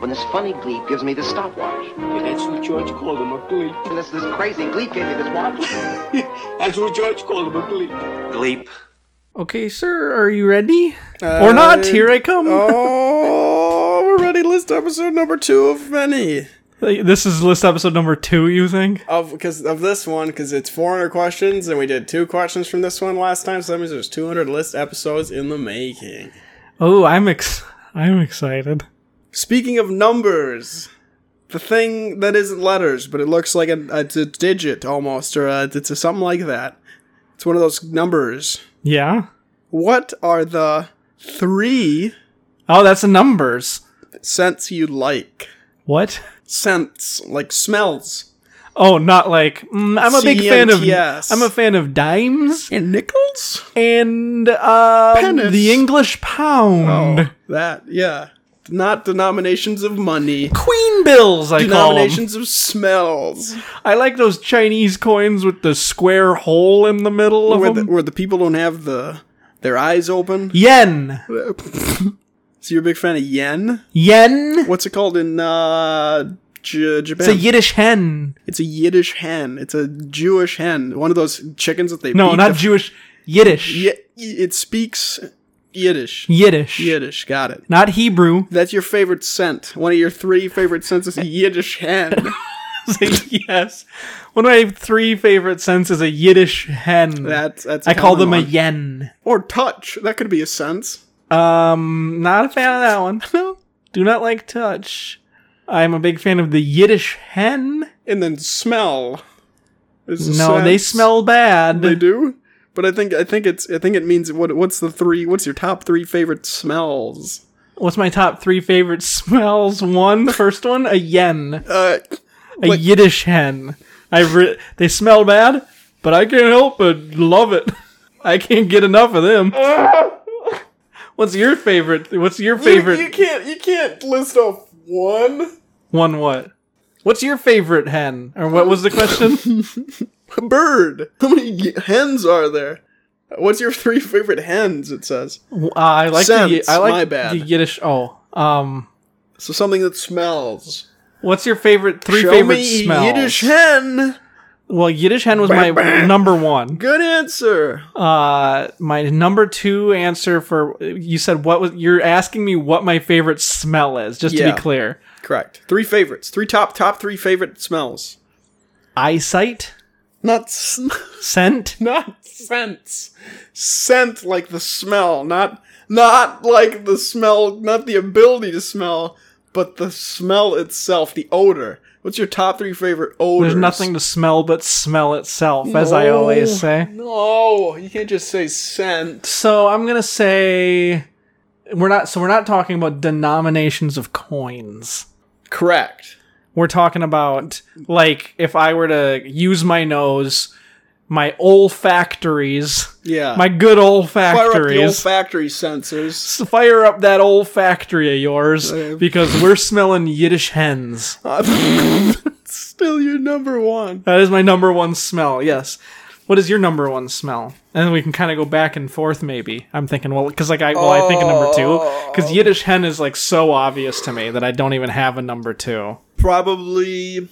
when this funny gleep gives me this stopwatch. Yeah, that's what George called him, a gleep. And this, this crazy gleep gave me this watch. That's what George called him, a gleep. Gleep. Okay, sir, are you ready? Uh, or not, here I come. oh, we're ready. to List episode number two of many Like, This is list episode number two, you think? of because of this one because it's 400 questions and we did two questions from this one last time. So that means there's 200 list episodes in the making. Oh, I'm ex- I'm excited. Speaking of numbers, the thing that isn't letters, but it looks like a, a- it's a digit almost, or a, it's a, something like that. It's one of those numbers. Yeah? What are the three Oh, that's the numbers. scents you like? What? Scents like smells Oh, not like mm, I'm a big fan of CNTS. I'm a fan of dimes and nickels. and um, Pennies. the English pound, Oh, that yeah. Not denominations of money. queen bills. I call them. Denominations of smells, I like those Chinese coins with the square hole in the middle of where the, them. where the people don't have the their eyes open. Yen, So you're a big fan of yen. yen. What's it called in uh, J- Japan? It's a Yiddish hen. It's a Yiddish hen. It's a Jewish hen. One of those chickens that they No, beat not the- Jewish. Yiddish. Ye- it speaks Yiddish. Yiddish. Yiddish. Got it. Not Hebrew. That's your favorite scent. One of your three favorite scents is a Yiddish hen. Say yes. One of my three favorite scents is a Yiddish hen. That's that's. a I call common them a one. yen. or touch. That could be a sense. Um, not a fan of that one. No. Do not like touch. I'm a big fan of the Yiddish hen. And then smell. is a No, they sense. smell bad. They do. But I think I think it's I think it means what what's the three what's your top three favorite smells? What's my top three favorite smells? One, first one, a yen, Uh, a Like- Yiddish hen. I re- they smell bad, but I can't help but love it. I can't get enough of them. What's your favorite? What's your favorite can't you can't list off one one? What? What's your favorite hen? Or what was the question? a bird. How many hens are there? What's your three favorite hens? It says Uh, I like Scents, the I like my bad. the Yiddish. Oh, um, so something that smells. what's your favorite three Show favorite me smells? Yiddish hen. Well, Yiddish hen was my number one. Good answer. Uh, my number two answer for you said what was you're asking me what my favorite smell is. Just to Yeah. be clear, Correct. Three favorites. Three top top three favorite smells. eyesight, Not s- scent. not scents. Scent like the smell, not not like the smell, not the ability to smell, but the smell itself, the odor. What's your top three favorite odors? There's nothing to smell but smell itself, as I always say. No, you can't just say scent. So I'm gonna say we're not. So we're not talking about denominations of coins. Correct. We're talking about like if I were to use my nose, my olfactories, Yeah. my good Fire up the olfactories, olfactory sensors. S- fire up that olfactory of yours Okay. because we're smelling Yiddish hens. Still your number one. That is my number one smell. Yes. What is your number one smell? And then we can kind of go back and forth. Maybe I'm thinking, well, because like I, well, I think of number two because Yiddish hen is like so obvious to me that I don't even have a number two. Probably.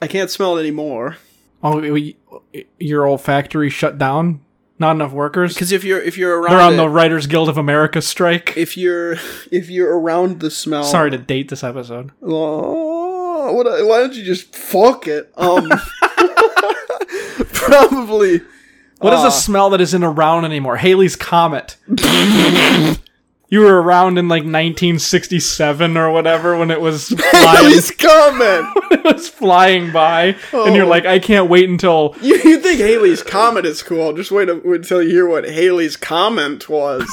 I can't smell it anymore. Oh, we, we- your olfactory shut down. Not enough workers. Because if you're if you're around They're on it- the Writers Guild of America strike. if you're if you're around the smell. Sorry to date this episode. Oh, what, why don't you just fuck it? Um, probably. What is a smell that isn't around anymore? Haley's Comet. you were around in like 1967 or whatever when it was flying, Haley's Comet. it was flying by, and Oh. you're like, I can't wait until. You, you think Haley's Comet is cool? Just wait a- until you hear what Haley's comment was.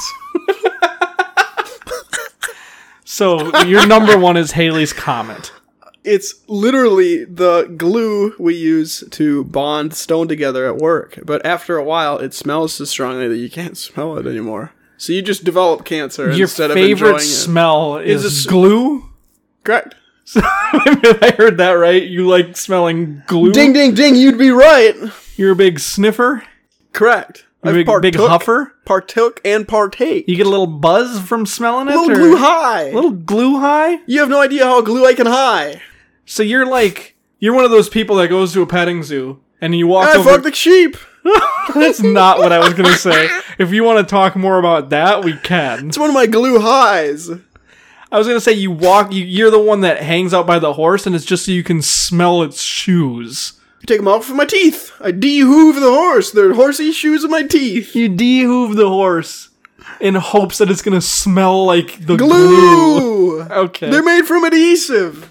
So your number one is Haley's Comet. It's literally the glue we use to bond stone together at work. But after a while, it smells so strongly that you can't smell it anymore. So you just develop cancer Your instead of favorite enjoying smell is, a s- glue. it. Correct. if I heard that right, you like smelling glue. Ding, ding, ding! You'd be right. You're a big sniffer. Correct. You big, big huffer. partook, and partake. You get a little buzz from smelling it. little or- glue high. Little glue high. you have no idea how glue I can high. So you're like you're one of those people that goes to a petting zoo and you walk I over. fucked the sheep. That's not what I was gonna say. If you want to talk more about that, we can. It's one of my glue highs. I was gonna say you walk. You, you're the one that hangs out by the horse, and it's just so you can smell its shoes. take them out for my teeth. I de-hoove the horse. They're horsey shoes of my teeth. You de-hoove the horse in hopes that it's gonna smell like the glue. Glue. Okay. They're made from adhesive.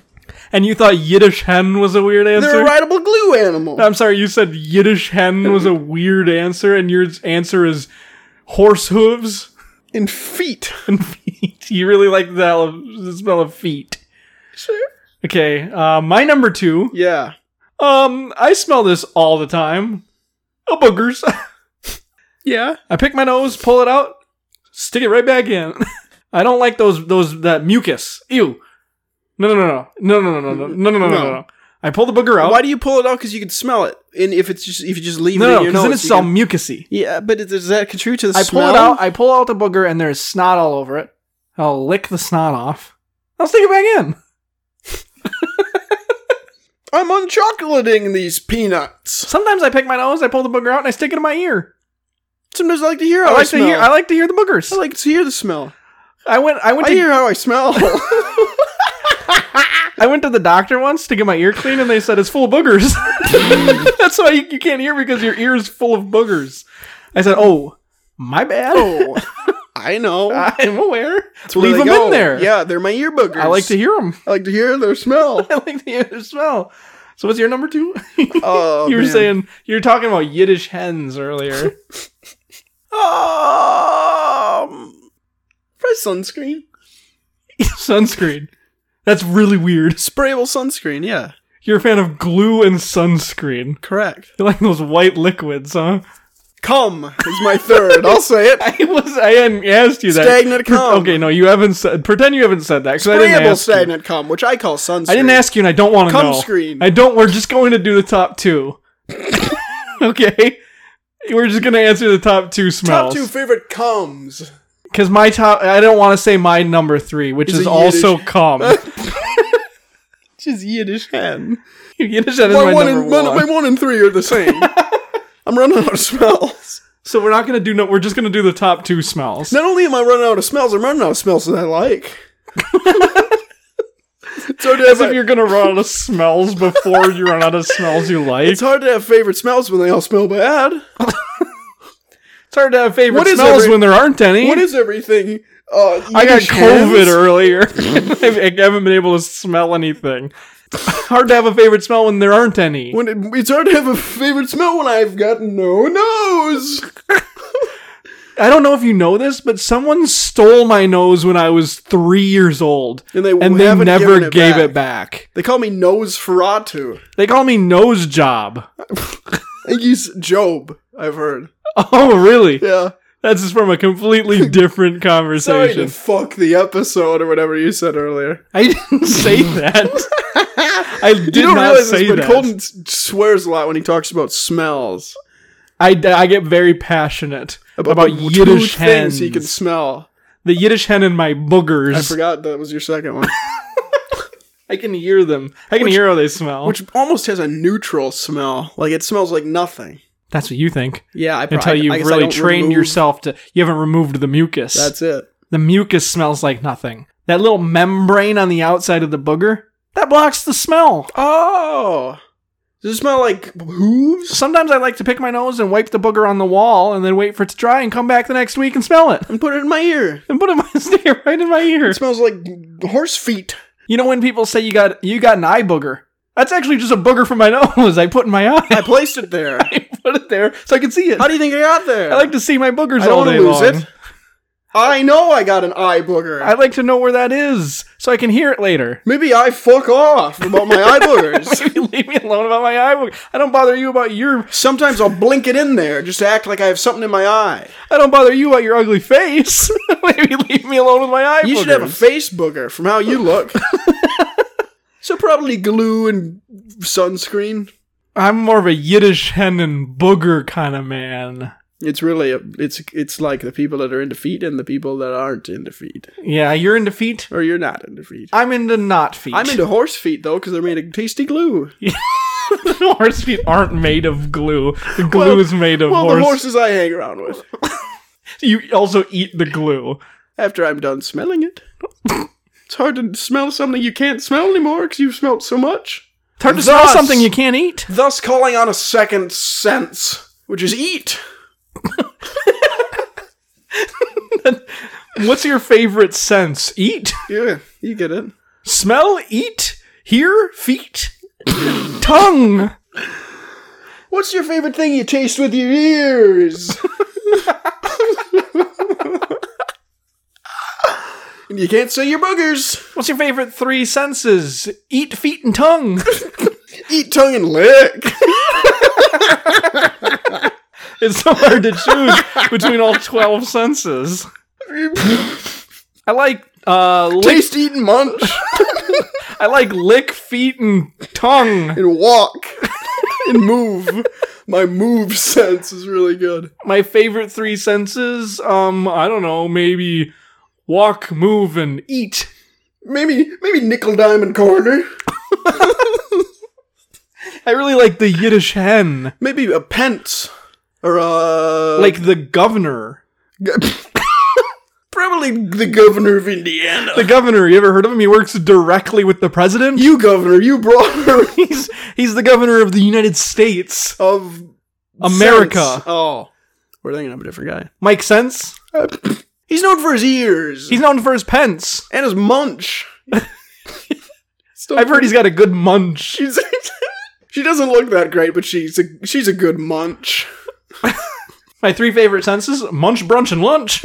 and you thought Yiddish hen was a weird answer. They're a rideable glue animal. I'm sorry, you said Yiddish hen was a weird answer, and your answer is horse hooves In feet. and feet. You really like the, hell of- the smell of feet. Sure. Okay, uh, my number two. Yeah. Um, I smell this all the time. A boogers. Yeah. I pick my nose, pull it out, stick it right back in. I don't like those those that mucus. Ew. No no no no no no no no no no no no no. no. I pull the booger out. Why do you pull it out? Because you can smell it. And if it's just if you just leave it no, in no, your because nose, then it's you all can- mucusy. Yeah, but it, does that contribute to the I pull smell? it out. I pull out the booger, and there's snot all over it. I'll lick the snot off. I'll stick it back in. I'm unchocolating these peanuts. Sometimes I pick my nose, I pull the booger out, and I stick it in my ear. Sometimes I like to hear I how Oh, I, like to smell. hear. I like to hear the boogers. I like to hear the smell. I went. I went I to. hear how I smell. I went to the doctor once to get my ear cleaned, and they said it's full of boogers. That's why you, you can't hear because your ear is full of boogers. I said, "Oh, my bad. oh, I know. I'm aware. That's where Leave they them go. in there. Yeah, they're my ear boogers. I like to hear them. I like to hear their smell. I like to hear their smell." So what's your number two? Oh, you were man. saying you were talking about Yiddish hens earlier. um, spray sunscreen, sunscreen. That's really weird. sprayable sunscreen. Yeah, You're a fan of glue and sunscreen. correct. You like those white liquids, huh? Cum is my third. I'll say it. I was I hadn't asked you that. Stagnant Pre- cum. Okay, no, you haven't said. Pretend you haven't said that because I didn't Sprayable ask. You. stagnant cum, which I call sunscreen. I didn't ask you, and I don't want to Cum know. screen. I don't. We're just going to do the top two. okay, we're just going to answer the top two Top smells. two favorite cums. because my top. I don't want to say my number three, which Is is a also Yiddish- cum. Just Yiddish hen. Yiddish that is My, my one number and my, one. my one and three are the same. I'm running out of smells. So we're not going to do no. We're just going to do the top two smells. Not only am I running out of smells, I'm running out of smells that I like. so to As have if a- you're going to run out of smells before you run out of smells you like. It's hard to have favorite smells when they all smell bad. It's hard to have favorite What is smells every- when there aren't any. What is everything? Uh, I got Yiddish COVID hands? earlier. I haven't been able to smell anything. Hard to have a favorite smell when there aren't any. When it, it's hard to have a favorite smell when I've got no nose. I don't know if you know this, but someone stole my nose when I was three years old, And they haven't never given it gave back. it back. They call me Nosferatu. They call me nose job. I use Job. I've heard. Oh, really? Yeah. That's just from a completely different Sorry to conversation. fuck the episode or whatever you said earlier. I didn't say that. I did you don't not realize say this, but that. Colton s- swears a lot when he talks about smells. I, I get very passionate about, the two Yiddish hens. things he can smell. the Yiddish hen and my boogers. I forgot that was your second one, I can hear them. I can Which- hear how they smell. which almost has a neutral smell. Like it smells like nothing. That's what you think Yeah, I probably, until I you've guess I really don't trained remove- yourself to. You haven't removed the mucus. That's it. the mucus smells like nothing. That little membrane on the outside of the booger that blocks the smell. Oh, does it smell like hooves? Sometimes I like to pick my nose and wipe the booger on the wall, and then wait for it to dry and come back the next week and smell it And put it in my ear. and put it in my stick it right in my ear. It smells like horse feet. You know when people say you got you got an eye booger? That's actually just a booger from my nose. I put in my eye. I placed it there. I put it there so I can see it. How do you think I got there? I like to see my boogers I don't all want day to lose long. it. I know I got an eye booger. I'd like to know where that is so I can hear it later. Maybe I fuck off about my eye boogers. Maybe leave me alone about my eye. booger. I don't bother you about your. Sometimes I'll blink it in there just to act like I have something in my eye. I don't bother you about your ugly face. Maybe leave me alone with my eye. You should have a boogers. face booger from how you look. so probably glue and sunscreen. I'm more of a Yiddish hen and booger kind of man. It's really a, it's it's like the people that are in defeat and the people that aren't in defeat, Yeah, you're into feet. or you're not in defeat. I'm into not feet. I'm into horse feet though because they're made of tasty glue. horse feet aren't made of glue. The glue Well- is made of well, horse. the horses I hang around with You also eat the glue. after I'm done smelling it. it's hard to smell something you can't smell anymore because you've smelled so much. It's hard to Thus- smell something you can't eat. Thus, calling on a second sense, which is eat. What's your favorite sense? Eat, Yeah, you get it. smell, eat, hear, feet, tongue. What's your favorite thing you taste with your ears? and you can't say your boogers. What's your favorite three senses? Eat, feet, and tongue. Eat tongue and lick. It's so hard to choose between all twelve senses. I like uh, lick, Taste, eat, and munch. I like lick, feet, and tongue. And walk. And move. My move sense is really good. My favorite three senses. Um, I don't know, maybe walk, move, and eat. Maybe maybe nickel diamond corner. I really like the Yiddish hen, Maybe a pence. Or uh like the governor. probably the governor of Indiana. The governor, you ever heard of him? He works directly with the president. you governor, you brought her He's he's the governor of the United States, of America. sense. Oh, we're thinking of a different Mike Sense. guy. He's known for his ears He's known for his pence. and his munch. I've heard he's got a good munch. She's, she doesn't look that great, but she's a she's a good munch. My three favorite senses: munch, brunch, and lunch.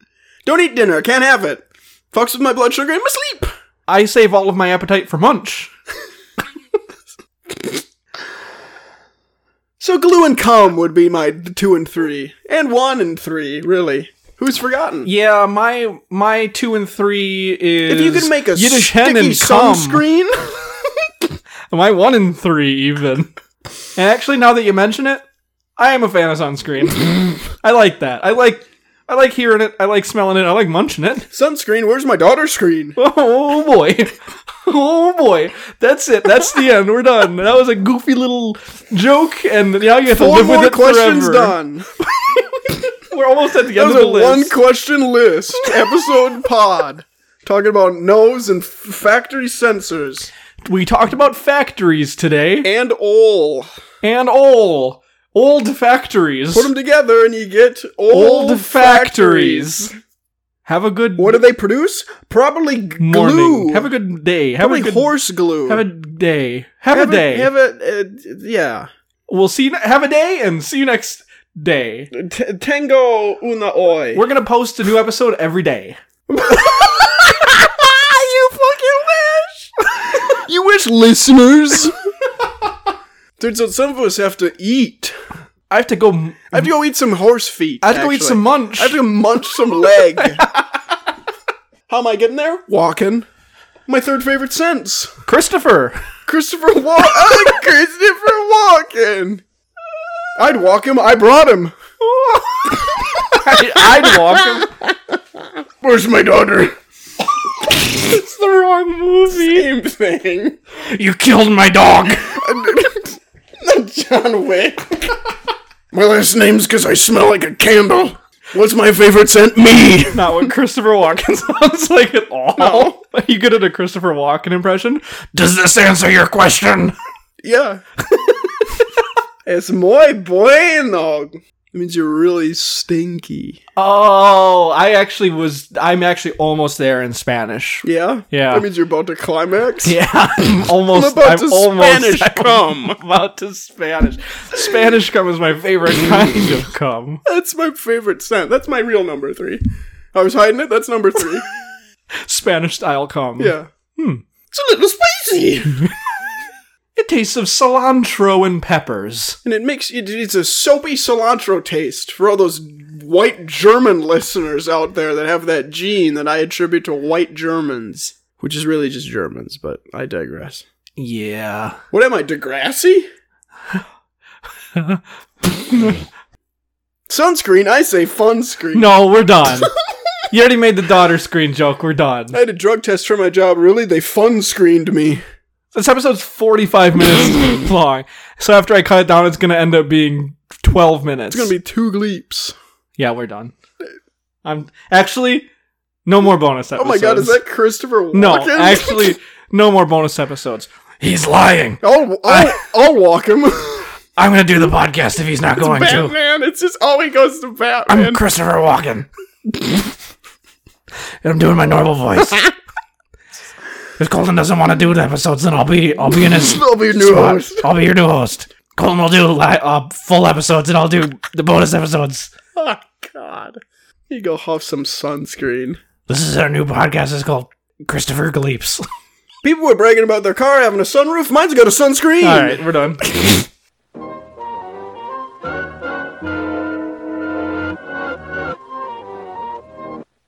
Don't eat dinner. Can't have it. Fucks with my blood sugar and my sleep. I save all of my appetite for munch. So glue and cum would be my two and three, and one and three. Really, who's forgotten? Yeah, my my two and three is If you could make a Yiddish hen sticky and cum. sunscreen, My one and three even. and actually, now that you mention it, I am a fan of sunscreen. I like that. I like I like hearing it. I like smelling it. I like munching it. sunscreen. Where's my daughter's screen? Oh boy. Oh boy. That's it. That's the end. We're done. That was a goofy little joke, and now you have to Four live with more it questions forever. done. We're almost at the That end was of the a list. one question list episode pod talking about nose and f- factory sensors we talked about factories today, and all. and all old factories. Put them together and you get old, old factories. Have a good What do they produce? Probably g- morning. glue. Have a good day. Have Probably a good horse glue. Have a day. Have, a day. Have a uh, yeah. we'll see. You, ne- have a day, and see you next day. T- tango una oi. We're gonna post a new episode every day. you fucking wish. you wish, listeners. Dude, so some of us have to eat. I have to go. m- I have to go eat some horse feet. I have to go eat actually. some munch. I have to munch some leg. How am I getting there? Walking. My third favorite sense. Christopher. Christopher Walk. Christopher Walken. I'd walk him. I brought him. I, I'd walk. him. Where's my daughter? It's the wrong movie. Same thing. You killed my dog. Not John Wick. my last name's because I smell like a candle. What's my favorite scent? Me. Not what Christopher Walken sounds like at all. Are you good at a Christopher Walken impression? Does this answer your question? Yeah. it's muy bueno. It means you're really stinky. Oh, I actually was. I'm actually almost there in Spanish. Yeah? Yeah. That means you're about to climax? Yeah, I'm almost. I'm about to almost, Spanish I'm cum. About to Spanish. Spanish cum is my favorite kind of cum. That's my favorite scent. That's my real number three. I was hiding it. That's number three. Spanish style cum. Yeah. Hmm. It's a little spicy. It tastes of cilantro and peppers. and it makes it, it's a soapy cilantro taste for all those white German listeners out there that have that gene that I attribute to white Germans, which is really just Germans, but I digress. Yeah. What am I, Degrassi? Sunscreen, I say fun screen. No, we're done. you already made the daughter screen joke. We're done. I had a drug test for my job, really? They fun screened me. This episode's 45 minutes long. So after I cut it down, it's going to end up being 12 minutes. It's gonna be two gleeps. Yeah, we're done. I'm actually no more bonus Oh episodes. my god, is that Christopher Walken? No, actually no more bonus episodes. He's lying. I'll, I'll, I'll walk him. I'm going to do the podcast if he's not going to. Batman, it's just, oh, he goes to Batman. Christopher Walken. and I'm doing my normal voice. if Colton doesn't want to do the episodes, then I'll be I'll be in his I'll be your new spot. host. I'll be your new host. Colton will do li- uh, full episodes, and I'll do the bonus episodes. Oh, God. You go huff some sunscreen. This is our new podcast. It's called Christopher Gleeps. People were bragging about their car having a sunroof. Mine's got a sunscreen. All right, we're done.